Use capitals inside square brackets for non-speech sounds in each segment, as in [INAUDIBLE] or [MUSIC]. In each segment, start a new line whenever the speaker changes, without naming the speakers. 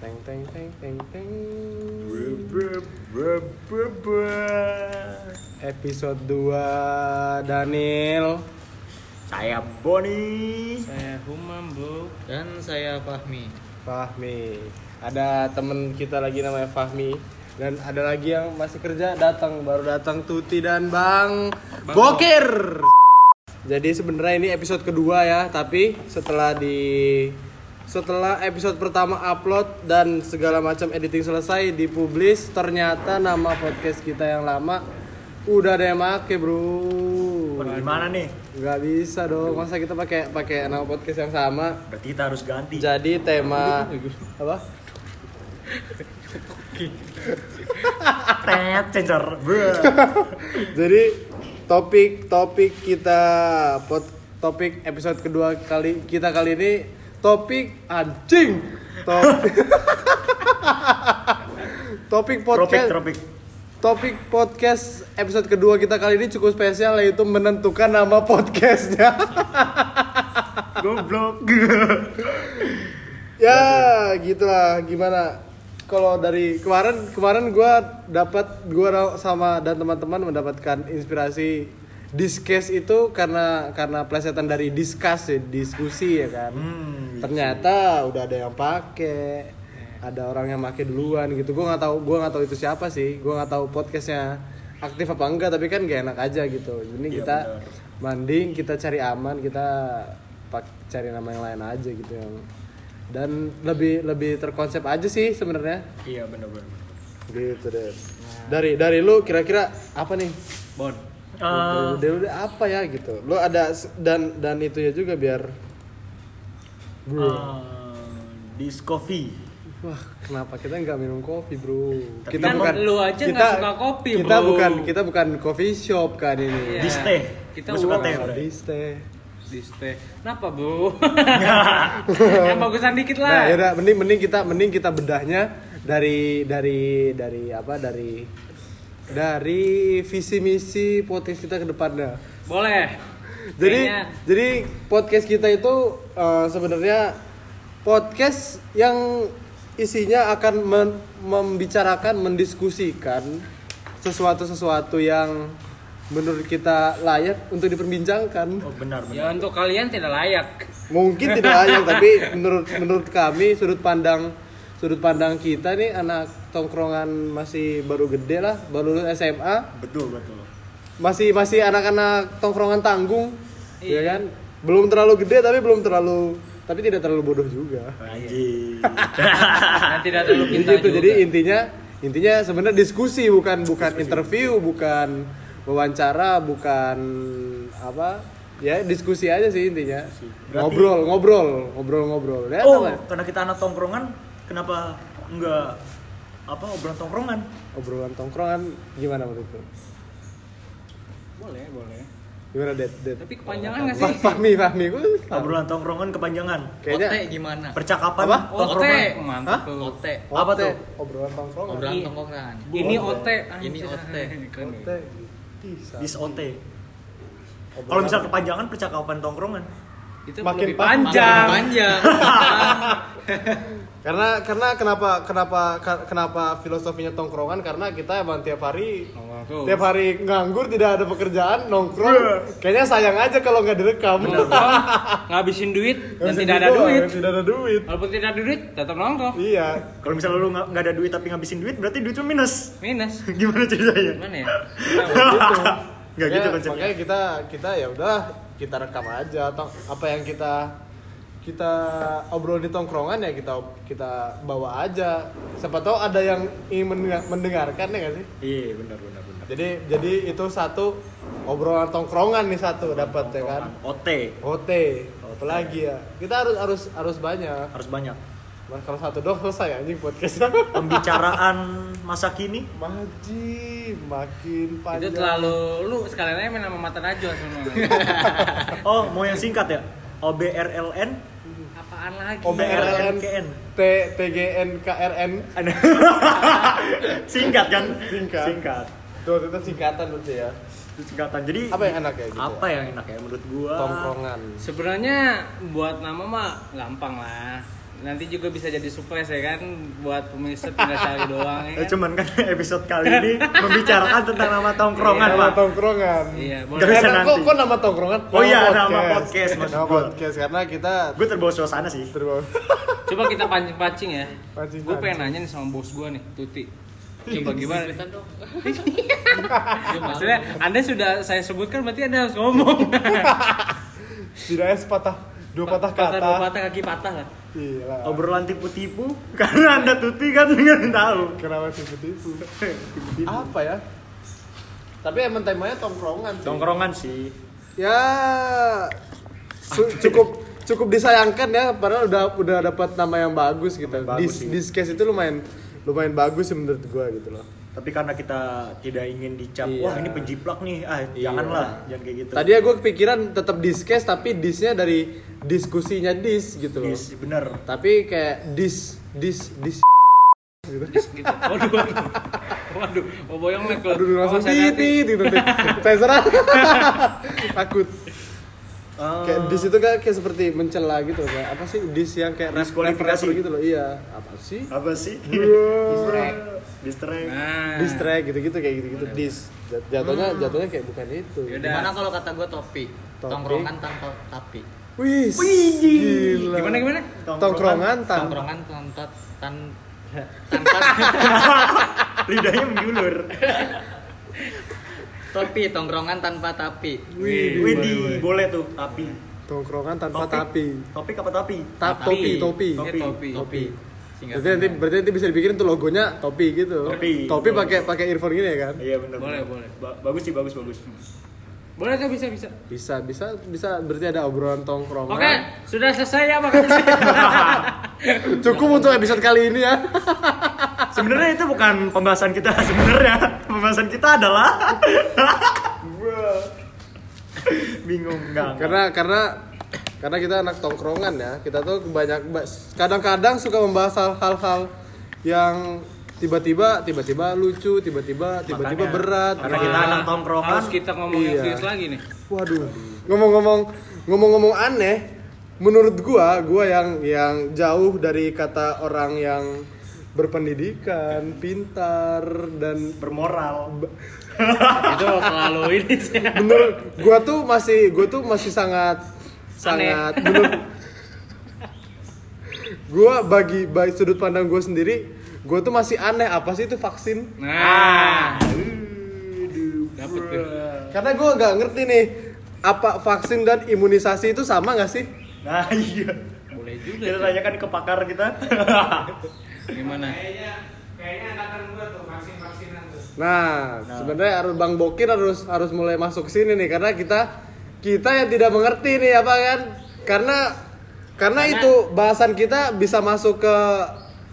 Teng teng teng teng teng. Episode 2 Daniel.
Saya Boni.
Saya Humam Bro.
Dan saya Fahmi.
Fahmi. Ada temen kita lagi namanya Fahmi dan ada lagi yang masih kerja datang baru datang Tuti dan Bang, Bokir. Jadi sebenarnya ini episode kedua ya, tapi setelah di setelah episode pertama upload dan segala macam editing selesai dipublish, ternyata nama podcast kita yang lama udah ada yang make, Bro.
Gimana nih?
Gak bisa dong, masa kita pakai pakai nama podcast yang sama?
Berarti kita harus ganti.
Jadi tema apa?
Tet cencer. Brr.
Jadi topik-topik kita pot- topik episode kedua kali kita kali ini topik anjing. Topik [LAUGHS] Topik
Tropik
podcast
tropik.
Topik podcast episode kedua kita kali ini cukup spesial yaitu menentukan nama podcastnya. [LAUGHS]
Goblok.
ya gitulah gimana kalau dari kemarin kemarin gue dapat gua sama dan teman-teman mendapatkan inspirasi discuss itu karena karena plesetan dari discuss ya, diskusi ya kan
Hmm.
ternyata udah ada yang pakai ada orang yang pakai duluan gitu gue nggak tahu gua nggak tahu itu siapa sih gue nggak tahu podcastnya aktif apa enggak tapi kan gak enak aja gitu ini
Iya,
kita
benar.
mending kita cari aman kita pak cari nama yang lain aja gitu yang dan lebih lebih terkonsep aja sih sebenarnya
Iya bener bener.
gitu deh dari dari lu kira-kira apa nih
Bon.
Eh,
dari lu deh apa ya gitu lu ada s- dan dan itu ya juga biar
eh, Discovery.
Wah, kenapa kita nggak minum kopi, bro?
Tapi
kita
kan
lu aja nggak suka kopi,
Kita
bro.
bukan kita bukan coffee shop kan ini.
Iya.
Di stay.
Kita
Gua suka
uang.
teh.
Nah,
Bray.
dis teh.
Di stay. Kenapa
[LAUGHS]
bro? Yang bagusan dikit
Nah,
lah.
yaudah, mending mending kita mending kita bedahnya dari dari dari apa dari dari visi misi potensi kita ke depannya.
Boleh.
Jadi
Kayaknya
jadi podcast kita itu eh, sebenarnya podcast yang isinya akan men- membicarakan, mendiskusikan sesuatu-sesuatu yang menurut kita layak untuk diperbincangkan.
Oh benar benar.
ya untuk kalian tidak
[LAUGHS]
layak.
Mungkin tidak layak, tapi menurut menurut kami sudut pandang sudut pandang kita nih anak tongkrongan masih baru gede lah, baru lulus SMA,
Betul betul.
masih masih anak-anak tongkrongan tanggung ya kan belum terlalu gede tapi belum terlalu tapi tidak terlalu bodoh juga
Anjing.
Dan tidak terlalu pintar
gitu
juga.
jadi intinya intinya sebenarnya diskusi bukan bukan interview bukan wawancara bukan apa ya diskusi aja sih intinya
Berarti-
ngobrol ngobrol ngobrol ngobrol ya
Oh,
sama.
karena kita anak tongkrongan, kenapa enggak apa obrolan tongkrongan?
obrolan tongkrongan gimana menurut lu?
Boleh, boleh.
gimana det det
Tapi kepanjangan nggak sih?
Fah- Fahmi Fahmi gua
Obrolan tongkrongan kepanjangan.
Ote
kayaknya
gimana?
Percakapan
Apa?
tongkrongan.
Ote,
Hah?
mantap tuh.
Ote.
Apa
Ote,
tuh?
obrolan tongkrongan
Obrolan tongkrongan.
Ini ote. Ah,
Ini
[LAUGHS]
ote.
Keren.
Ote, bisa.
Disote. Kalau misal kepanjangan percakapan tongkrongan.
Itu
Makin
makin
pan-
panjang. [LAUGHS]
Makin panjang.
karena karena kenapa kenapa ka- kenapa filosofinya tongkrongan karena kita emang tiap hari
Tuh.
tiap hari nganggur tidak ada pekerjaan
Iya.
nongkrong kayaknya sayang aja kalau nggak direkam [LAUGHS]
Nongkrong, ngabisin duit dan
Nggak bisa
tidak ada
dibawa,
duit.
tidak ada duit
Walaupun tidak ada duit, tetap nongkrong.
iya
Kalau misalnya lu nggak nggak ada duit tapi ngabisin duit, berarti duit lu minus. [LAUGHS]
Minus.
Gimana ceritanya?
Gimana ya?
[LAUGHS] Nggak [LAUGHS] gitu
Makanya-
konsepnya.
Nah, Ya, makanya kita kita ya udah kita rekam aja atau apa yang kita kita obrol di tongkrongan ya kita kita bawa aja siapa tahu ada yang ingin mendengar- mendengarkan ya nggak sih
Iya, benar benar benar.
Jadi jadi itu satu obrolan tongkrongan nih satu dapat ya kan.
OT
OT, apalagi ya. Kita harus harus harus banyak.
harus banyak.
Mas, kalau satu doang selesai anjing podcastnya.
Pembicaraan masa kini
Maji makin
Itu
panjang.
terlalu lu sekalian aja main sama mata najwa sebenarnya.
Oh, mau yang singkat ya? OBRLN,
Apaan lagi?
Oh, OBRLN,
KN.
T, TGN, KRN.
Singkat kan?
Singkat.
Singkat.
Tuh, itu singkatan berarti ya.
Itu singkatan. Jadi
Apa yang enak ya gitu? ya?
apa yang enak ya menurut gua?
Tongkrongan.
Sebenarnya buat nama mah gampang lah. Nanti juga bisa jadi surprise ya kan buat pemirsa tinggal cari doang
Eh,
ya.
Ya,
kan?
cuman kan [LAUGHS] episode kali ini membicarakan tentang nama tongkrongan,
Nama
Pak.
tongkrongan.
Iya, boleh.
Gak bisa
Karena-
nanti.
Kok, kok nama tongkrongan?
Oh iya, nama podcast maksud
Nama
gua.
podcast karena kita
Gue terbawa suasana sih.
terbawa
Coba kita pancing-pancing ya.
Pancing-pancing.
Gue pengen nanya nih sama bos gue nih, Tuti. Coba gimana? nih?
Cerita dong.
[LAUGHS] Maksudnya Anda sudah saya sebutkan berarti Anda harus ngomong.
setidaknya sepatah dua patah kata. Iya,
Dua patah kaki patah lah.
Gila.
Obrolan tipu-tipu [LAUGHS] karena Anda tuti kan [LAUGHS] nggak tahu.
Kenapa tipu-tipu? [LAUGHS] Apa ya? Tapi emang temanya tongkrongan sih.
Tongkrongan sih.
Ya
Ah.
su- cukup cukup disayangkan ya padahal udah udah dapat nama yang bagus gitu.
Nama
Dis
bagus sih.
Discase itu lumayan lumayan bagus sih menurut gua gitu loh.
Tapi karena kita tidak ingin dicap,
Iya.
wah ini penjiplak nih, ah
Iya.
janganlah, jangan kayak gitu.
Tadi ya gue kepikiran tetap discase tapi disnya dari diskusinya dis gitu loh.
Yes, bener.
Tapi kayak dis dis dis
Gitu. Waduh, waduh. Waduh, oh boyong nih kalau.
Aduh langsung tit
saya nanti.
tit gitu Sensor [LAUGHS] Takut
Eh,
Kayak dis itu kan kayak seperti mencela gitu loh, kayak apa sih dis yang kayak ref-
Diskualifikasi.
referensi gitu loh iya apa sih
apa sih?
Iya.
Distract.
Nah.
dis track gitu gitu kayak gitu gitu dis Jat- jatuhnya jatuhnya kayak bukan itu
Yaudah.
Gimana kalau kata gue topi?
Topi.
Tongkrongan tanpa tapi.
wih gila
Gimana gimana?
tongkrongan tan
Tongkrongan tanpa tan tanpa
Lidahnya menjulur.
topi, tongkrongan tanpa tapi.
Iya,
wih
Widih, boleh tuh, tapi.
tongkrongan tanpa tapi
Topik apa tapi?
Tap- topi topi
Iya,
Topi.
topi.
Topi. Singkat.
berarti nanti berarti nanti bisa dibikin tuh logonya topi gitu
Topi.
topi pakai pakai earphone gini ya kan
Iya bener.
Boleh,
bener.
boleh.
Ba- bagus sih, bagus bagus.
Boleh tuh bisa bisa.
bisa bisa bisa berarti ada obrolan tongkrongan
Oke, sudah selesai
[LAUGHS]
ya makasih.
cukup untuk episode kali ini ya
Sebenarnya itu bukan pembahasan kita [LAUGHS] sebenarnya. Pembahasan kita adalah [LAUGHS] bingung enggak.
karena karena karena kita anak tongkrongan ya kita tuh banyak ba- kadang-kadang suka membahas hal- hal-hal yang tiba-tiba tiba-tiba lucu tiba-tiba tiba-tiba
Makanya,
berat
Karena kita anak tongkrongan.
Harus kita ngomong yang
Iya.
serius lagi nih.
waduh ngomong-ngomong ngomong-ngomong aneh menurut gua gua yang yang jauh dari kata orang yang berpendidikan pintar dan
bermoral.
Itu selalu ini sih.
menurut gua tuh masih gua tuh masih sangat sangat menurut gua bagi bagi sudut pandang gua sendiri gua tuh masih aneh apa sih itu vaksin
Nah,
Aduh,
Dapet tuh.
bruh.
karena gua nggak ngerti nih apa vaksin dan imunisasi itu sama nggak sih
Nah, iya.
boleh juga.
Kita tanyakan ke pakar kita. [LAUGHS]
Gimana?
nah, sebenarnya harus bang Bokir harus harus mulai masuk sini nih karena kita kita yang tidak mengerti nih apa kan karena karena itu bahasan kita bisa masuk ke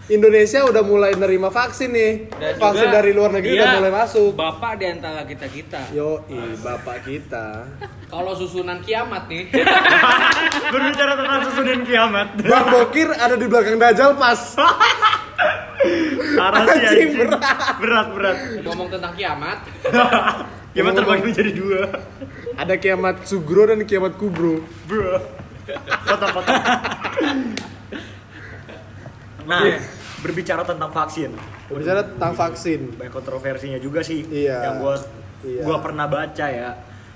Indonesia udah mulai nerima vaksin nih
Dan
vaksin
juga iya.
dari luar negeri
dia
udah mulai masuk
Bapak di antara kita-kita.
yo bapak kita
Kalau susunan kiamat nih. [LAUGHS]
Berbicara tentang susunan kiamat.
bang Bokir ada di belakang Dajjal pas
Parah sih
Anjing,
anjing. Berat, berat.
ngomong tentang kiamat.
Kiamat terbagi menjadi dua.
ada kiamat Sugro dan kiamat Kubro
Bro. Kota-kota. Nah, berbicara tentang vaksin.
berbicara tentang vaksin
banyak kontroversinya juga sih
Iya.
yang gua
Iya.
gua pernah baca ya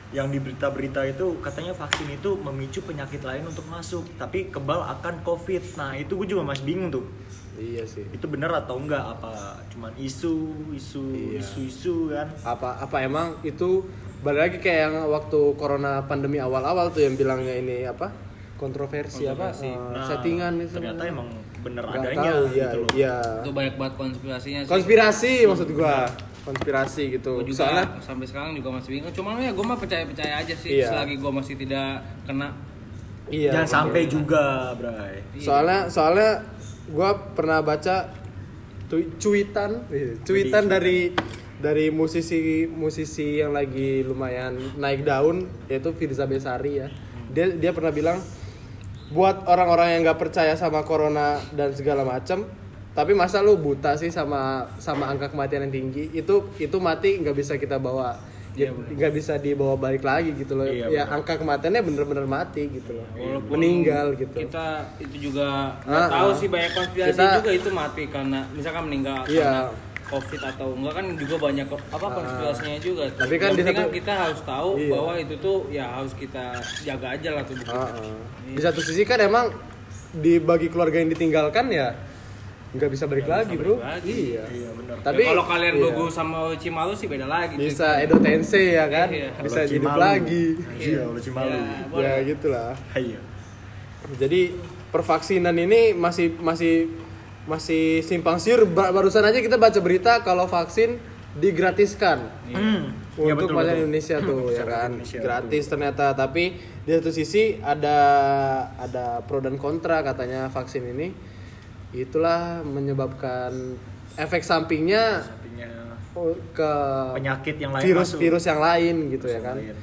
yang di berita-berita itu katanya vaksin itu memicu penyakit lain untuk masuk tapi kebal akan covid nah itu gue juga masih bingung tuh
iya sih
itu bener atau enggak apa cuman isu isu
Iya.
isu isu kan
apa apa emang itu balik lagi kayak yang waktu corona pandemi awal-awal tuh yang bilangnya ini apa kontroversi,
Kontroversi.
apa eh,
Nah,
settingan itu
ternyata
namanya.
emang bener
Nggak
adanya
tahu, iya,
gitu loh
iya.
Itu banyak banget konspirasinya sih.
konspirasi maksud gua konspirasi gitu
Gua juga
soalnya
sampai sekarang juga masih bingung. Cuman ya gue mah percaya-percaya aja sih
Iya.
selagi gue masih tidak kena.
iya
jangan sampai juga bray
soalnya soalnya gua pernah baca tu- cuitan iya, cuitan dari dari musisi musisi yang lagi lumayan naik daun yaitu Firza Besari ya dia dia pernah bilang buat orang-orang yang nggak percaya sama corona dan segala macem tapi masa lu buta sih sama sama angka kematian yang tinggi itu itu mati nggak bisa kita bawa Ya, nggak bisa dibawa balik lagi gitu loh.
Iya,
ya
benar.
angka kematiannya bener-bener mati gitu loh.
Iya, Walaupun
Meninggal gitu.
kita itu juga
Ah,
nggak tahu
ah.
sih banyak konspirasi
Kita-
juga itu mati karena misalkan meninggal karena
Iya. Ah.
covid atau enggak kan juga banyak ko- apa konspirasinya juga
Tapi kan di
Yang penting
satu-
kita harus tahu
Iya. Ah,
bahwa itu tuh ya harus kita jaga aja lah tubuh Ya kita.
Heeh. Di satu sisi kan emang dibagi keluarga yang ditinggalkan ya nggak bisa balik lagi bro.
balik lagi.
Iya.
Iya benar.
Tapi
Ya, kalau kalian
iya.
Gogo sama Cimalu sih beda lagi cuy.
bisa Edo Tensei ya kan,
Iya.
bisa
Kalau
hidup
Cimalu.
lagi.
Iya, kalau Cimalu.
Ya.
Ya
Boleh.
gitulah.
Iya.
Jadi pervaksinan ini masih masih masih simpang siur. Ba- Barusan aja kita baca berita kalau vaksin digratiskan
Iya,
untuk
betul,
masyarakat
betul.
Indonesia tuh ya
Masyarakat
kan
Indonesia,
gratis ternyata tapi di satu sisi ada ada pro dan kontra katanya vaksin ini itulah menyebabkan efek sampingnya
Sampingnya
ke
penyakit yang lain masuk. Iya
virus-virus yang lain gitu Eh, ya kan
Lain.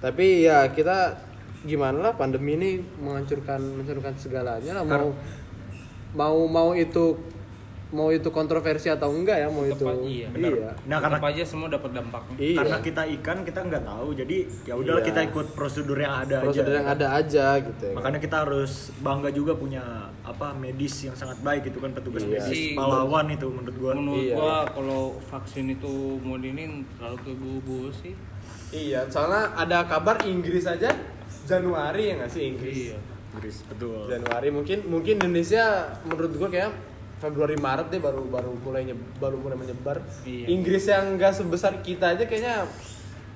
tapi ya kita gimana lah pandemi ini menghancurkan menghancurkan segalanya lah mau mau mau itu mau itu kontroversi atau enggak ya mau itu
Tepat, iya.
Benar. Nah, karena
Tetap aja semua dapat dampaknya.
iya
karena kita ikan kita nggak tahu jadi ya udah
Iya.
kita ikut prosedur yang ada
prosedur
aja.
yang ada aja gitu ya.
Makanya kita harus bangga juga punya apa medis yang sangat baik itu kan petugas
Iya.
medis
Sih,
pahlawan itu menurut gua.
Menurut
Iya.
gua kalau vaksin itu mau diinin terlalu keburu sih.
iya soalnya ada kabar Inggris aja Januari ya nggak sih Inggris
Iya.
Inggris betul.
Januari mungkin mungkin Indonesia menurut gua kayak Februari Maret deh baru baru mulai nye- baru mulai menyebar.
Iya.
Inggris yang enggak sebesar kita aja kayaknya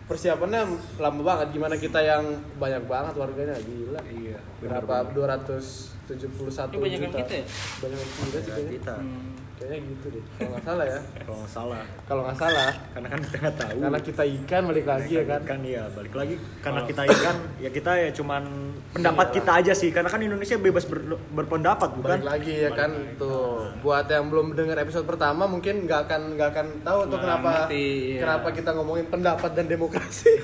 persiapannya lama banget gimana kita yang banyak banget warganya gila.
Iya. benar
Berapa
banget.
271
Ini banyakan
juta.
kita ya?
Banyakan kita sih
Ya,
kayaknya.
kita
Hmm.
Kayaknya gitu deh. Kalau nggak salah ya.
kalau nggak salah
Kalau nggak [LAUGHS] salah ya.
karena kan kita nggak tahu.
karena kita ikan balik lagi ya kan.
kan ya balik lagi karena
Oh.
kita ikan ya kita ya cuman pendapat kita aja sih karena kan Indonesia bebas ber- berpendapat bukan
Iya. balik lagi ya kan tuh buat yang belum dengar episode pertama mungkin nggak akan nggak akan tahu tuh
Nggak
kenapa
ngerti, iya.
kenapa kita ngomongin pendapat dan
[LAUGHS]
demokrasi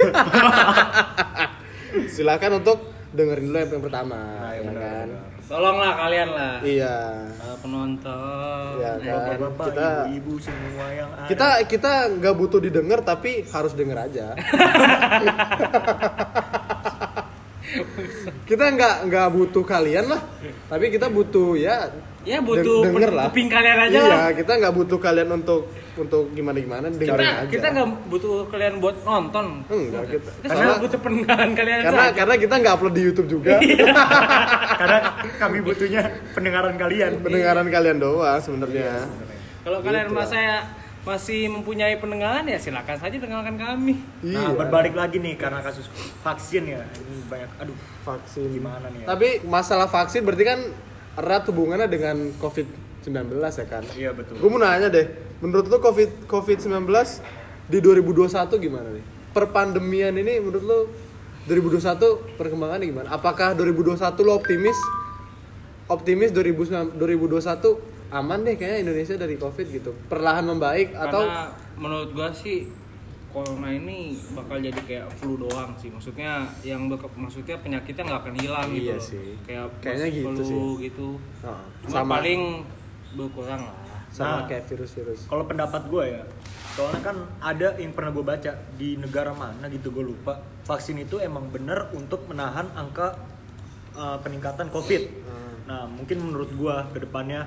silakan untuk dengerin dulu yang pertama ya,
iya,
Nah, ya benar,
kan
benar.
Tolonglah kalian lah.
iya
Para penonton.
Iya,
Eh,
kan?
bapak-bapak
Kita-
ibu-ibu semua yang ada
kita kita nggak butuh didengar tapi harus denger
[LAUGHS]
aja kita nggak nggak butuh kalian lah tapi kita butuh ya
Ya butuh
Deng- denger
pen-
lah.
kuping kalian aja
iya,
lah.
kita nggak butuh kalian untuk untuk gimana gimana
Kita
dengerin aja.
kita nggak butuh kalian buat nonton.
Enggak, kita-
Kita
karena-
cuma butuh pendengaran kalian
karena
saja.
karena kita nggak upload di YouTube juga.
Iya.
karena [LAUGHS] kami butuhnya pendengaran kalian
Pendengaran kalian doang
Iya.
sebenarnya.
Kalau kalian
Gitu lah.
merasa ya, masih mempunyai pendengaran ya silakan saja dengarkan kami.
Iya.
nah berbalik lagi nih karena kasus vaksin ya ini banyak aduh
vaksin
gimana nih ya?
Tapi masalah vaksin berarti kan erat hubungannya dengan COVID-19 ya kan?
iya betul
Gue mau nanya deh, menurut lo COVID COVID-19 di 2021 gimana nih? Perpandemian ini menurut lo 2021 perkembangannya gimana? Apakah 2021 lo optimis? Optimis 2019 2021 aman deh kayaknya Indonesia dari COVID gitu. Perlahan membaik atau
Karena menurut gua sih corona ini bakal jadi kayak flu doang sih. Maksudnya yang beke- maksudnya penyakitnya nggak akan hilang gitu.
Iya
loh.
sih.
Kayak
Kayaknya
pas
gitu
flu
sih.
gitu.
Heeh,
Cuma
sama
paling berkurang lah.
Ah, sama
Nah.
kayak virus-virus?
kalau pendapat gue ya soalnya kan ada yang pernah gue baca di negara mana gitu gue lupa vaksin itu emang bener untuk menahan angka uh, peningkatan covid
Hmm.
nah mungkin menurut gue kedepannya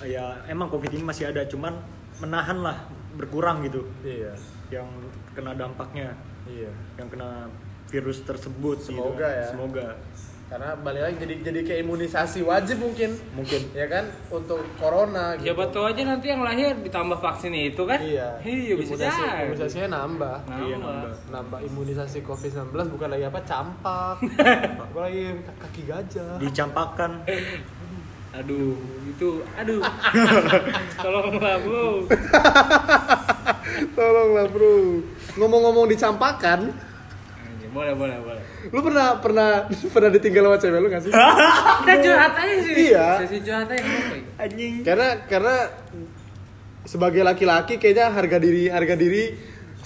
uh, ya emang covid ini masih ada cuman menahan lah berkurang gitu
Iya,
yang kena dampaknya
iya.
yang kena virus tersebut gitu
Semoga
kan.
ya.
semoga
Karena balik lagi jadi jadi kayak imunisasi wajib mungkin,
mungkin
ya kan untuk corona.
Siapa tahu aja nanti yang lahir ditambah vaksin itu kan?
Gitu. Iya.
Iya bisa
Imunisasi-
jadi. Nah,
Imunisasinya nambah.
Nambah.
Iya, nambah.
Nambah imunisasi COVID-19 bukan lagi apa [LAUGHS] campak. bukan lagi kaki gajah.
dicampakkan
Aduh, itu
[LAUGHS]
aduh. Tolonglah, Bu.
Tolonglah, Bro. Ngomong-ngomong dicampakan,
Boleh, boleh, boleh.
lu pernah pernah [LAUGHS] pernah ditinggal sama cewek lu gak [LAUGHS] sih?
Kita curhat aja sih.
Iya.
Sesi curhat aja kenapa ya?
anjing
karena karena sebagai laki-laki kayaknya harga diri harga diri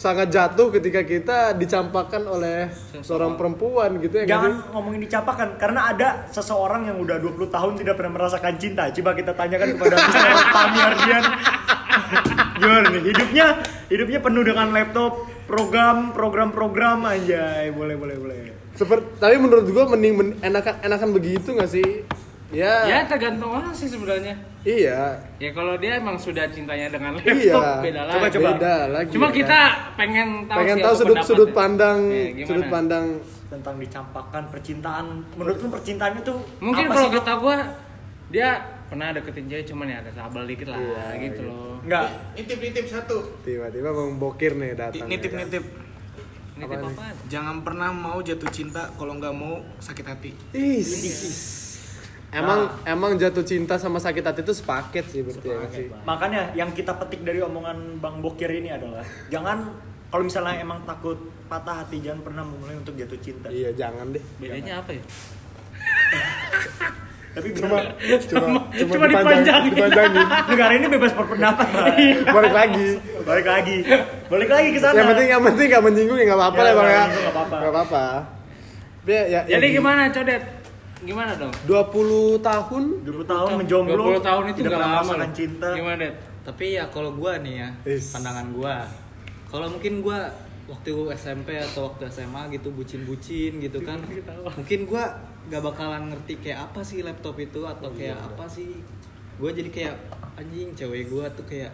sangat jatuh ketika kita dicampakan oleh seorang perempuan gitu ya nggak sih?
Jangan ngomongin dicapakan karena ada seseorang yang udah 20 tahun tidak pernah merasakan cinta. Coba kita tanyakan
[LAUGHS]
kepada Mr. Tami Ardian. Gimana nih? Hidupnya hidupnya penuh dengan laptop, program program program anjay boleh boleh boleh
Seperti, tapi menurut gua mending men- enakan enakan begitu nggak sih?
ya
Ya,
tergantung orang sih sebenarnya
iya,
ya kalau dia emang sudah cintanya dengan laptop
iya.
beda lah
Coba, coba.
Beda lagi.
cuma
ya.
kita pengen tahu
pengen
sih
tahu
apa
sudut sudut
pendapatnya.
pandang
Ya, gimana?
sudut pandang
tentang dicampakkan percintaan menurut lu percintaannya tuh
mungkin
apa
kalau
sih?
kata gua dia pernah deketin cewek cuman ya ada sabel dikit lah
Iya,
gitu loh
nggak
Nitip-nitip satu.
tiba-tiba bang bokir nih datang. ya kan?
Nitip-nitip.
ini
Apaan
tipe
nih?
apa
Jangan pernah mau jatuh cinta kalau nggak mau sakit hati.
Ih, Emang emang jatuh cinta sama sakit hati itu sepaket sih berarti ya nggak sih.
makanya yang kita petik dari omongan bang bokir ini adalah jangan kalau misalnya emang takut patah hati jangan pernah memulai untuk jatuh cinta
Iya jangan deh.
bedanya apa
Iya.
ya
tapi cuma
Cuma
cuma dipanjangin.
dipanjangin.
negara ini bebas berpendapat Bang.
Balik lagi.
balik lagi balik lagi ke sana
Iya. Yang penting yang penting nggak menyinggung ya nggak apa-apa
Ya,
lah bang ya.
nggak apa-apa.
Nggak apa-apa. Tapi ya- ya,
jadi
di-
gimana codet gimana dong
20 tahun
20 tahun menjomblo
20 tahun itu
tidak
nggak
pernah
lama
merasakan
loh.
cinta
gimana det
Tapi ya kalau gua nih ya,
Is.
pandangan gua. Kalau mungkin gua waktu SMP atau waktu SMA gitu bucin-bucin gitu kan. Mungkin gua gak bakalan ngerti kayak apa sih laptop itu atau kayak
Iya.
apa sih. Gua jadi kayak anjing cewek gua tuh kayak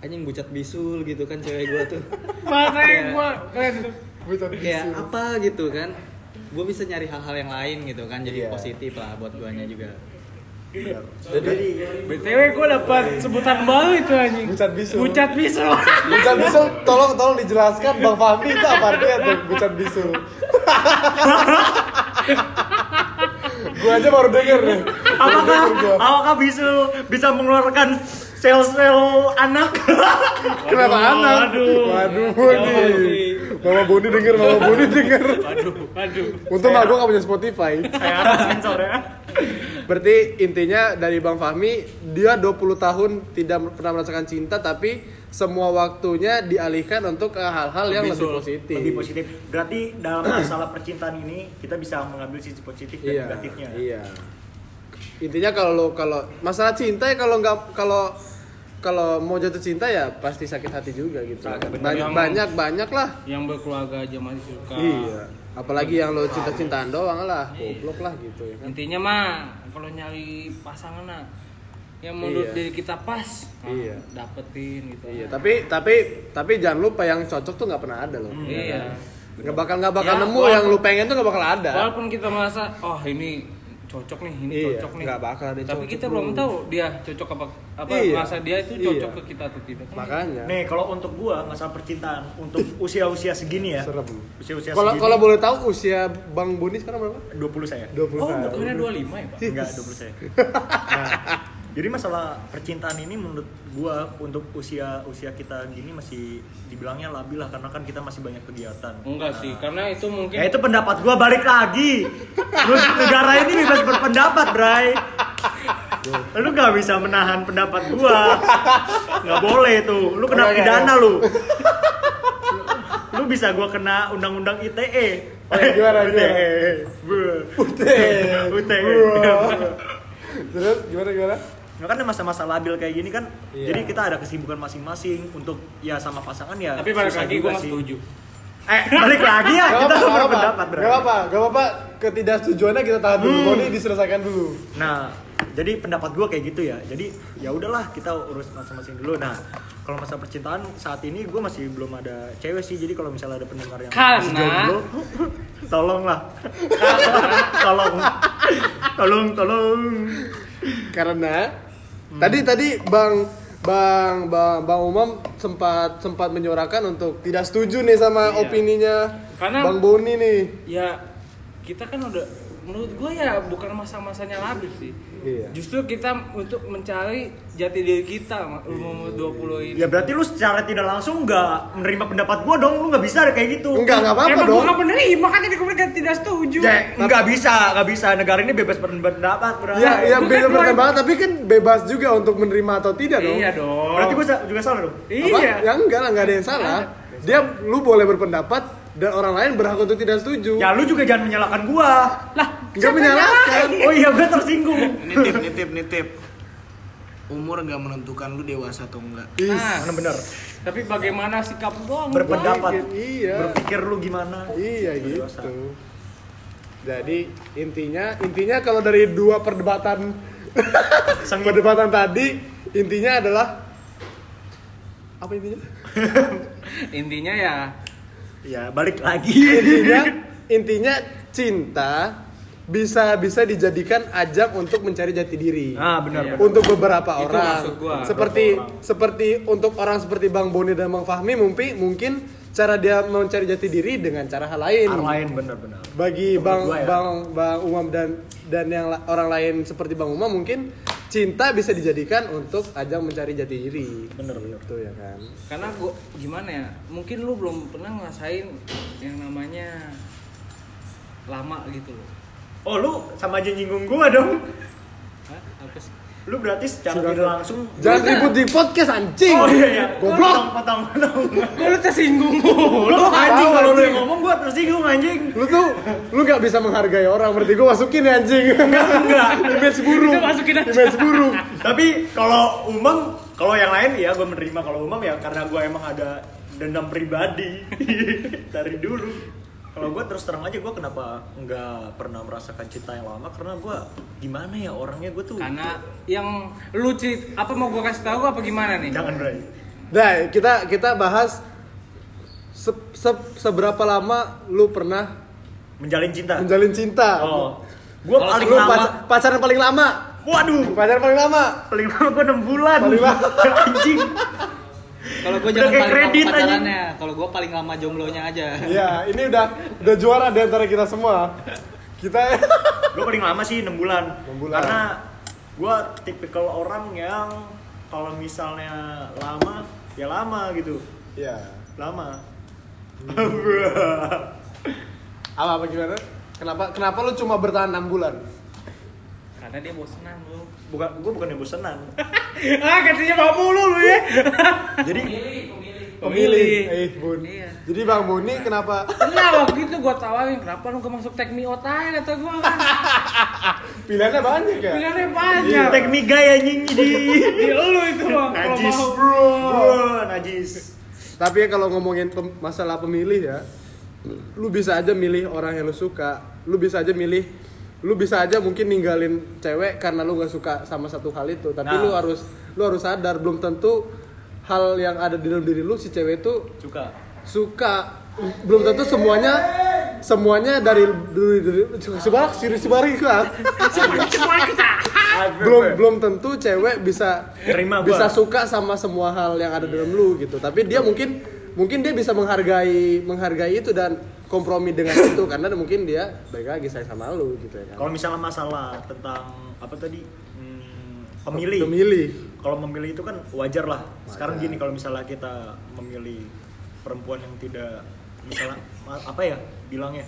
anjing bucat bisul gitu kan cewek gua tuh.
[LAUGHS]
bahasanya
Kayak-
gua keren tuh.
Iya.
kayak apa gitu kan. Gua bisa nyari hal-hal yang lain gitu kan.
Iya.
Jadi positif lah buat guanya juga.
Jadi
btw gua dapat sebutan baru itu anjing
Iya. Bucat bisul.
bucat [LAUGHS] bisul
Bucat bisul, tolong tolong dijelaskan Bang Fahmi itu apa artinya tuh bucat
[LAUGHS]
bisul? gua aja baru denger nih. Iya,
apakah apakah bisa bisa mengeluarkan sel-sel
[LAUGHS]
anak
Kenapa anak?
waduh.
waduh
Kenapa
Boni.
sih?
Mama Boni denger, Mama Boni denger.
aduh aduh
Untung lah gua gak punya Spotify.
kayak sensor ya
Berarti intinya dari Bang Fahmi, dia 20 tahun tidak pernah merasakan cinta tapi semua waktunya dialihkan untuk ke hal-hal yang lebih positif.
lebih positif berarti dalam masalah percintaan ini kita bisa mengambil sisi positif dan
iya,
negatifnya
Iya. Intinya kalau lo- kalau masalah cinta ya kalau nggak kalau kalau mau jatuh cinta ya pasti sakit hati juga gitu. Banyak
Yang-
banyak banyak lah.
yang berkeluarga aja masih suka
Iya. Apalagi yang lo cinta-cintaan doang lah, goblok lah gitu ya kan.
intinya mah kalau nyari pasangan nah yang
Iya.
menurut diri kita pas nah,
Iya.
dapetin gitu
Iya, tapi tapi tapi jangan lupa yang cocok tuh nggak pernah ada loh.
Iya.
Nggak bakal nggak bakal
Ya,
nemu
walaupun-
yang lu pengen tuh nggak bakal ada.
walaupun kita merasa oh ini cocok nih ini
Iya,
cocok nih
nggak bakal ada
tapi
cocok
kita
lu.
belum tahu dia cocok apa apa
Iya.
merasa dia itu cocok
Iya.
ke kita atau tidak
Makanya
nih kalau untuk gua masalah percintaan untuk usia-usia segini ya
serem.
usia-usia
Kalau
segini
kalau boleh tahu usia Bang Boni sekarang berapa?
20
[LAUGHS]
saya
20
oh
tahun.
bukannya 25 ya pak
Enggak, 20 saya. Nah, jadi masalah percintaan ini menurut gua untuk usia usia kita gini masih dibilangnya labil lah karena kan kita masih banyak kegiatan. Nah,
enggak sih karena itu mungkin
Ya itu pendapat gua balik lagi. Lu negara ini bebas berpendapat, Bray. Lu gak bisa menahan pendapat gua. Gak boleh tuh. Lu kena
Oke, oke,
pidana lu. Lu bisa gua kena undang-undang E. ITE.
Oke, Oh, iya, gimana,
ITE.
gimana? E. Ute.
Ute.
Terus gimana gimana?
Nah, kan masa-masa labil kayak gini kan,
Iya.
jadi kita ada kesibukan masing-masing untuk ya sama pasangan ya.
tapi balik
susah
lagi
juga
gue nggak
sih.
setuju
Eh, balik lagi ya, kita
apa-apa,
berpendapat
apa-apa.
Bray.
Gak apa-apa, gak apa-apa. Ketidaksetujuannya kita tahan dulu. Boni diselesaikan dulu.
Nah, jadi pendapat gue kayak gitu ya. Jadi ya udahlah kita urus masing-masing dulu. Nah, kalau masa percintaan saat ini gue masih belum ada cewek sih. Jadi kalau misalnya ada pendengar yang
Karena-
masih jomblo, tolonglah, tolong, tolong, tolong.
Karena Hmm. tadi tadi Bang Bang Bang Bang Umam sempat sempat menyuarakan untuk tidak setuju nih sama
Iya.
opininya
Karena-
Bang Boni nih.
ya kita kan udah menurut gue ya bukan masa-masanya labil sih
Iya.
justru kita untuk mencari jati diri kita ma- umur 20 ini
Ya berarti lu secara tidak langsung nggak menerima pendapat gue dong. Lu nggak bisa kayak gitu.
Enggak, enggak apa-apa
Emang
dong. iya
gue gak menerima kan jadi gue tidak setuju
Ya, nggak bisa, nggak bisa. Negara ini bebas berpendapat, bro.
Ya, ya
Bukan
beda
gua-
berkembang banget, tapi kan bebas juga untuk menerima atau tidak dong.
iya dong
Berarti gue juga salah dong.
Apa?
iya
Ya enggak lah, enggak ada yang salah. Dia lu boleh berpendapat dan orang lain berhak untuk tidak setuju.
Ya lu juga jangan menyalahkan gua.
lah
Enggak menyalahkan.
Oh iya, gue tersinggung.
Nitip, nitip, nitip. umur nggak menentukan lu dewasa atau enggak
iya.
Nah,
Mana bener?
tapi bagaimana sikap doang?
Berpendapat.
Iya.
Berpikir lu gimana?
Iya
Itu
gitu.
dewasa.
Jadi intinya intinya kalau dari dua
[LAUGHS]
perdebatan perdebatan tadi intinya adalah apa intinya?
Intinya ya
Ya, balik lagi. [LAUGHS]
Intinya intinya cinta bisa bisa dijadikan ajak untuk mencari jati diri.
Ah, benar,
Iya.
benar.
Untuk beberapa
Itu
orang.
maksud gua,
Seperti
beberapa orang.
seperti untuk orang seperti Bang Boni dan Bang Fahmi mungkin mungkin cara dia mencari jati diri dengan cara hal lain.
Yang lain benar-benar.
bagi
Menurut
bang
gua ya.
bang bang umam dan dan yang la- orang lain seperti bang umam mungkin cinta bisa dijadikan untuk ajang mencari jati diri
Bener, bener.
itu ya kan
karena gua gimana ya? Mungkin lu belum pernah ngerasain yang namanya lama gitu loh.
Oh, lu sama aja nyinggung gua dong.
Hah? Apa sih?
Lu berarti secara
Sudah,
tidak
Kak.
langsung
jangan ribut di podcast anjing
Oh iya iya.
goblok
Potong potong. potong.
Kok lu tersinggung mulu?
Lu anjing
tahu,
kalau lu yang
anjing.
ngomong gua tersinggung anjing.
lu tuh lu gak bisa menghargai orang berarti gue masukin ya anjing enggak image buruk
Itu masukin aja.
image buruk
Tapi kalau umum, kalau yang lain ya gue menerima kalau umum ya karena gue emang ada dendam pribadi [LAUGHS] dari dulu. Kalau gue terus terang aja gue kenapa nggak pernah merasakan cinta yang lama karena gue gimana ya orangnya gue tuh
Karena yang lu cerit apa mau gua kasih tahu apa gimana nih?
jangan berani.
nah kita kita bahas se- se- seberapa lama lu pernah
Menjalin cinta.
menjalin cinta
Oh, gue paling
lu
lama.
pac- pacaran paling lama
Waduh,
pacaran paling lama
paling lama gue 6 bulan.
Paling lama.
[LAUGHS] Anjing.
Kalau gue
Udah
jangan
kayak
paling
kredit,
lama
anjing.
pacarannya, kalau gue paling lama jomblonya aja.
Iya, ini udah udah juara di antara kita semua. Kita
gue paling lama sih 6 bulan.
6 bulan.
Karena gue tipikal orang yang kalau misalnya lama ya lama gitu.
ya
lama
apa apa gimana? Kenapa kenapa lu cuma bertahan 6 bulan?
Karena dia bosenan lu.
bukan gue bukan yang bosenan
ah, katanya mau mulu lu ya.
jadi
Eh, Bun.
Iya.
Jadi Bang Boni kenapa?
Nah waktu itu gue tawarin kenapa lu gak masuk teknik otak atau gue kan
Pilihannya banyak ya?
pilihannya banyak.
tek miga ya nyinyi di
Di lu itu bang. Iya. Kalau
najis
mau
bro bro najis
Tapi ya kalau ngomongin pem- masalah pemilih ya, lu bisa aja milih orang yang lu suka. Lu bisa aja milih lu bisa aja mungkin ninggalin cewek karena lu gak suka sama satu hal itu tapi
Nah.
lu harus lu harus sadar belum tentu hal yang ada di dalam diri lu si cewek itu
suka
suka belum tentu semuanya semuanya dari dari- dari sebarak siri sebarik lah Ah, belum belum tentu cewek bisa
Terima gua.
bisa suka sama semua hal yang ada dalam lu gitu tapi dia mungkin mungkin dia bisa menghargai menghargai itu dan kompromi dengan [LAUGHS] itu karena mungkin dia balik lagi sayang sama lu gitu ya kan
kalau misalnya masalah tentang apa tadi hmm, pemilih
pemilih
kalau memilih itu kan wajar lah sekarang gini kalau misalnya kita memilih perempuan yang tidak misalnya ma- apa ya bilangnya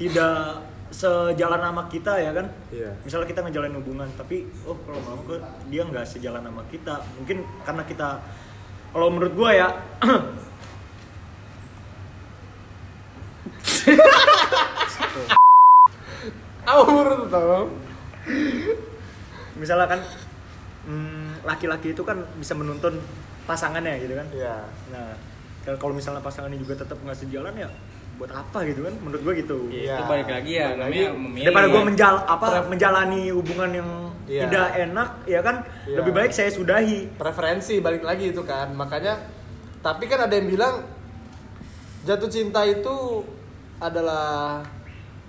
tidak sejalan sama kita ya kan
Iya.
misalnya kita ngejalanin hubungan tapi oh kalau mau kok dia nggak sejalan sama kita mungkin karena kita kalau menurut gua ya
aur tolong
misalnya kan hmm, laki-laki itu kan bisa menuntun pasangannya gitu kan
ya
nah kalau- kalau misalnya pasangannya juga tetap nggak sejalan ya buat apa gitu kan menurut gua gitu
Iya.
Itu balik lagi ya
Balik
namanya
lagi.
memilih.
daripada gue
ya.
menjal apa menjalani hubungan yang
Iya.
tidak enak ya kan
Iya.
lebih baik saya sudahi
preferensi balik lagi itu kan makanya tapi kan ada yang bilang jatuh cinta itu adalah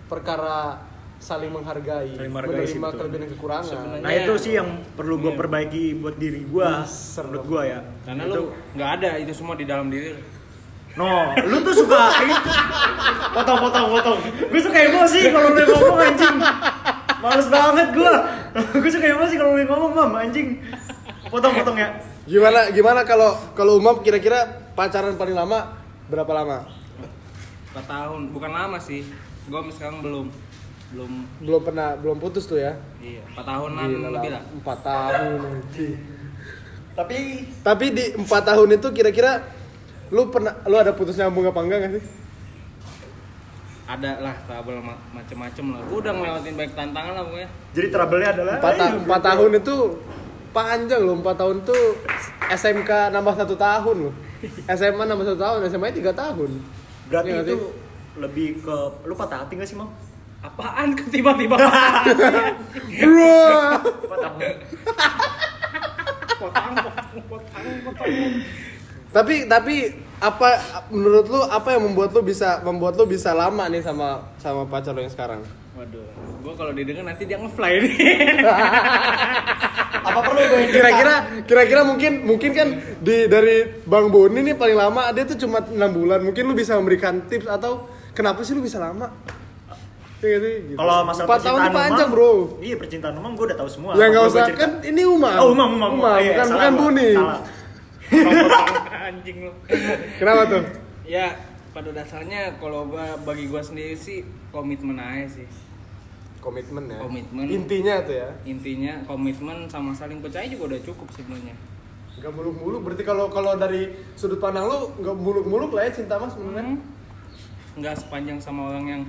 perkara saling menghargai,
Saling menghargai sih,
menerima
betul.
kelebihan dan kekurangan
nah
Iya.
itu sih yang perlu
Iya.
gue perbaiki buat diri gue
Yes,
menurut gue ya
Karena
Itu.
lu nggak ada itu semua di dalam diri. lu.
no lu tuh suka itu potong potong potong gue suka emosi kalau lu yang ngomong anjing males banget gue gue suka emosi kalau lu yang ngomong mam anjing potong potong ya
gimana gimana kalau kalau umam kira-kira pacaran paling lama berapa lama
Empat tahun bukan lama sih. Gue sekarang belum belum
belum pernah belum putus tuh ya
iya empat tahunan
Gila lah,
lebih lah.
empat tahun anjing.
tapi
tapi di empat tahun itu kira-kira lu pernah lu ada putus nyambung apa enggak gak sih
Ada lah trouble ma- macem-macem lah. Gue udah ngelewatin banyak tantangan lah pokoknya.
jadi trouble-nya adalah eh,
empat, ta-
Ayo,
empat
gitu.
tahun itu panjang loh 4 tahun tuh SMK nambah satu tahun loh SMA nambah satu tahun SMA nya tiga tahun
Berarti
Iya nggak
itu
sih?
lebih ke lu patah hati gak sih, Mam?
Apaan ke tiba-tiba?
bro
potang, potang, potang, potang.
tapi tapi apa menurut lu apa yang membuat lu bisa membuat lu bisa lama nih sama sama pacar lu yang sekarang
[LAUGHS] Waduh, gua kalau didengar nanti dia ngefly [LAUGHS] nih.
Apa perlu gue yang cerita?
kira-kira kira-kira mungkin mungkin kan di dari bang Boni nih paling lama dia tuh cuma enam bulan mungkin lu bisa memberikan tips atau kenapa sih lu bisa lama Iya nggak sih? Gitu.
Kalau masalah
Empat tahun
percintaan
tuh panjang
Umam,
bro
Iya, percintaan Umam gue udah tahu semua.
ya
Apa
nggak
perlu gue
usah
cerita?
kan ini umam
Oh, Umam, Umam. Umam, iya,
bukan
salah
bukan
gua.
Boni
Salah.
Anjing lu.
kenapa tuh
Ya, pada dasarnya kalau gua bagi gua sendiri sih komitmen aja sih.
komitmen ya
Komitmen.
intinya tuh ya
Intinya komitmen sama saling percaya juga udah cukup sebenarnya.
nggak muluk-muluk berarti kalau kalau dari sudut pandang lu nggak muluk-muluk lah ya cinta mas sebenarnya
Hmm. nggak sepanjang sama orang yang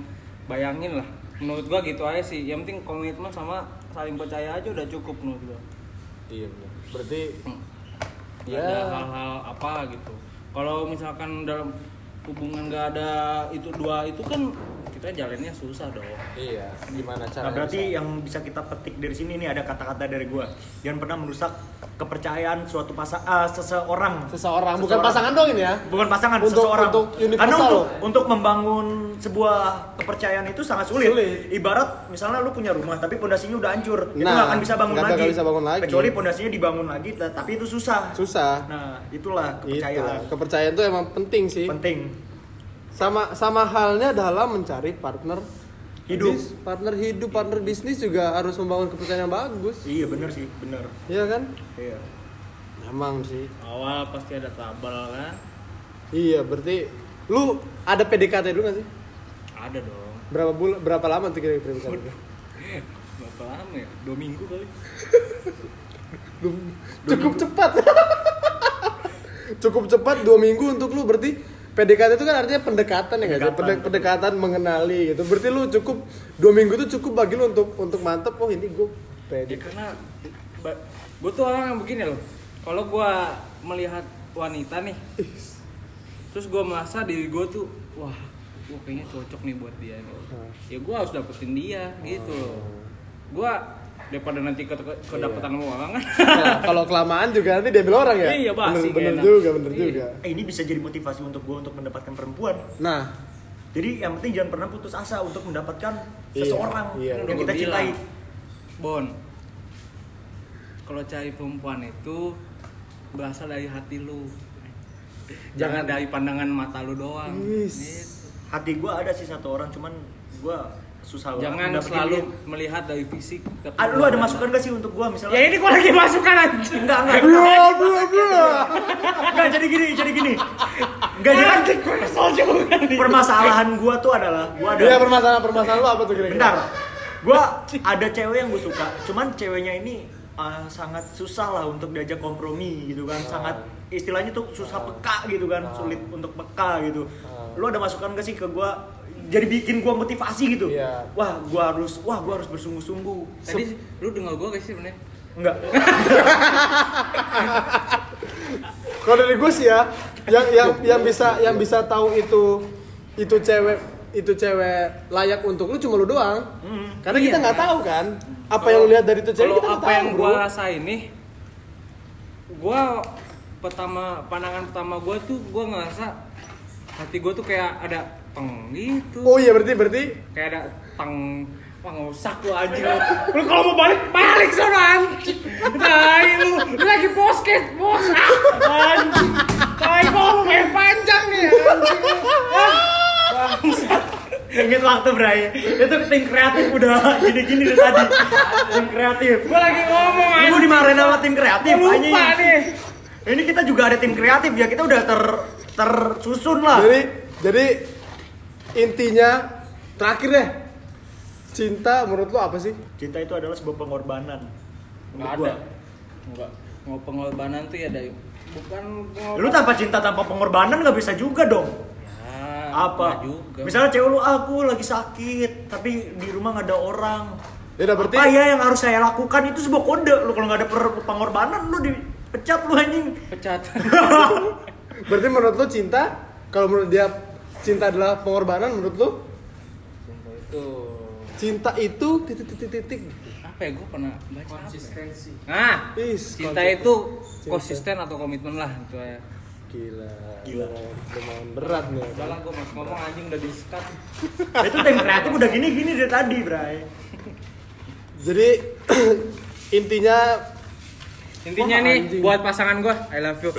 bayangin lah menurut gua gitu aja sih yang penting komitmen sama saling percaya aja udah cukup menurut gua
iya bener. berarti
Nggak ada hal-hal apa gitu kalau misalkan dalam hubungan nggak ada itu dua itu kan kita jalannya susah dong
iya gimana
Nah, berarti yang bisa kita petik dari sini ini ada kata-kata dari gue. Jangan pernah merusak kepercayaan suatu pasangan seseorang.
seseorang bukan
Seseorang.
pasangan dong ini ya
Bukan pasangan,
Untuk-
seseorang.
untuk universal
Karena untuk,
loh.
untuk membangun sebuah kepercayaan itu sangat sulit.
Sulit.
Ibarat misalnya lu punya rumah tapi pondasinya udah hancur, itu
Nah,
nggak akan bisa bangun
nggak
lagi.
bakal bisa bangun lagi.
Kecuali pondasinya dibangun lagi, t- tapi itu susah.
susah
Nah, itulah kepercayaan.
Itu. kepercayaan tuh emang penting sih
Penting.
sama sama halnya dalam mencari partner
Hidup.
bis- partner hidup partner bisnis juga harus membangun kepercayaan yang bagus
Iya bener sih, bener.
iya kan
Iya.
emang sih
awal pasti ada tabel kan
iya berarti lu ada PDKT dulu gak sih
ada dong
berapa bulan berapa lama tuh kira-kira PDKT
berapa lama ya dua minggu kali
cukup cepat [LAUGHS] cukup cepat dua minggu untuk lu berarti PDKT itu kan artinya pendekatan ya nggak sih
Pendekatan.
Pende- pendekatan mengenali gitu berarti lu cukup dua minggu tuh cukup bagi lu untuk untuk mantep oh ini gue
ya
PDKT
karena gue tuh orang yang begini loh kalau gue melihat wanita nih terus gue merasa diri gue tuh wah gue kayaknya cocok nih buat dia nih
Hmm.
ya gue harus dapetin dia gitu loh gue daripada nanti ke kedapetan sama orang kan
Nah, kalau kelamaan juga nanti dia orang ya
Iya,
bener,
basi,
bener
enak.
juga bener
Iya.
juga
Eh, ini bisa jadi motivasi untuk gue untuk mendapatkan perempuan.
nah
Jadi yang penting jangan pernah putus asa untuk mendapatkan
Iya,
seseorang
iya.
yang
Gua
kita
bilang,
cintai.
bon kalau cari perempuan itu berasal dari hati lu jangan dari pandangan mata lu doang
Yes.
Gitu.
Hati gue ada sih satu orang, cuman gue susah banget
Jangan
mendapetin
selalu
dia.
melihat dari fisik. tapi
Ah, lu ada masukan gak sih untuk gue misalnya?
Ya ini gua lagi masukan aja.
Enggak, enggak,
bro
enggak,
bro bro
enggak, "Ah, jadi gini, jadi gini. Enggak, jadi
Ya, gua kesel juga nih.
permasalahan gue tuh adalah gue ada.
iya permasalahan permasalahan lu apa tuh kira-kira
Bentar, gue ada cewek yang gue suka, cuman ceweknya ini ah, sangat susah lah untuk diajak kompromi gitu kan, sangat istilahnya tuh
Ah.
susah peka gitu kan, sulit untuk peka gitu. Lu ada masukan gak sih ke gue? Jadi bikin gue motivasi gitu.
Iya.
Wah, gue harus, wah gue harus bersungguh-sungguh.
Tadi lu dengar gua gak sih ya? bener?
Enggak.
Kalau dari gue sih ya, yang yang yang bisa yang bisa tahu itu itu cewek itu cewek layak untuk lu cuma lu doang. Karena kita
Iya.
nggak tahu kan apa yang lu lihat dari itu cewek
Kalau
kita nggak
apa
tahu,
yang
bro.
gua rasain nih gua pertama pandangan pertama gua tuh gua ngerasa hati gua tuh kayak ada teng gitu.
Oh iya berarti berarti
Kayak ada teng Wah nggak usah lu anjing lu. Lu kalau mau balik balik sono anjing. Tai lu, lu lagi podcast, bos. Anjing. Tai gua mau main panjang nih anjing.
[LAUGHS] Ingat waktu Bray, itu tim kreatif udah gini-gini dari tadi. Tim kreatif.
Gua lagi ngomong
Ini
anjing.
mau dimarahin sama tim kreatif
Gua
anjing.
lupa nih.
Ini kita juga ada tim kreatif ya, kita udah ter tersusun
Ah.
lah.
Iya,
jadi jadi intinya terakhir deh cinta menurut lu apa sih?
Cinta itu adalah sebuah pengorbanan.
Nggak
Menurut
ada. Enggak. Mau pengorbanan tuh ya dari bukan
gua.
pengorbanan.
Lu tanpa cinta tanpa pengorbanan nggak bisa juga dong.
Ya, nggak
Apa?
Juga.
"Ah, Misalnya cewek lu aku lagi sakit, tapi di rumah nggak ada orang.
Ya udah berarti
apa ya yang harus saya lakukan itu sebuah kode lu kalau nggak ada per- pengorbanan lu dipecat lu anjing
pecat
berarti menurut lu cinta kalau menurut dia cinta adalah pengorbanan menurut lu
itu
cinta itu titik titik titik.
apa ya gue pernah baca konsistensi nah
Is,
cinta
konsep-
itu
Cinta.
konsisten atau komitmen lah gitu ya
gila. Gila. Lumayan berat nih.
udah lah gue mas ngomong anjing udah disekat
Nah, itu tim kreatif udah gini gini dari tadi bray
Jadi [CLEARS THROAT] intinya
intinya
Wah,
nih
anjing.
buat pasangan gue I love you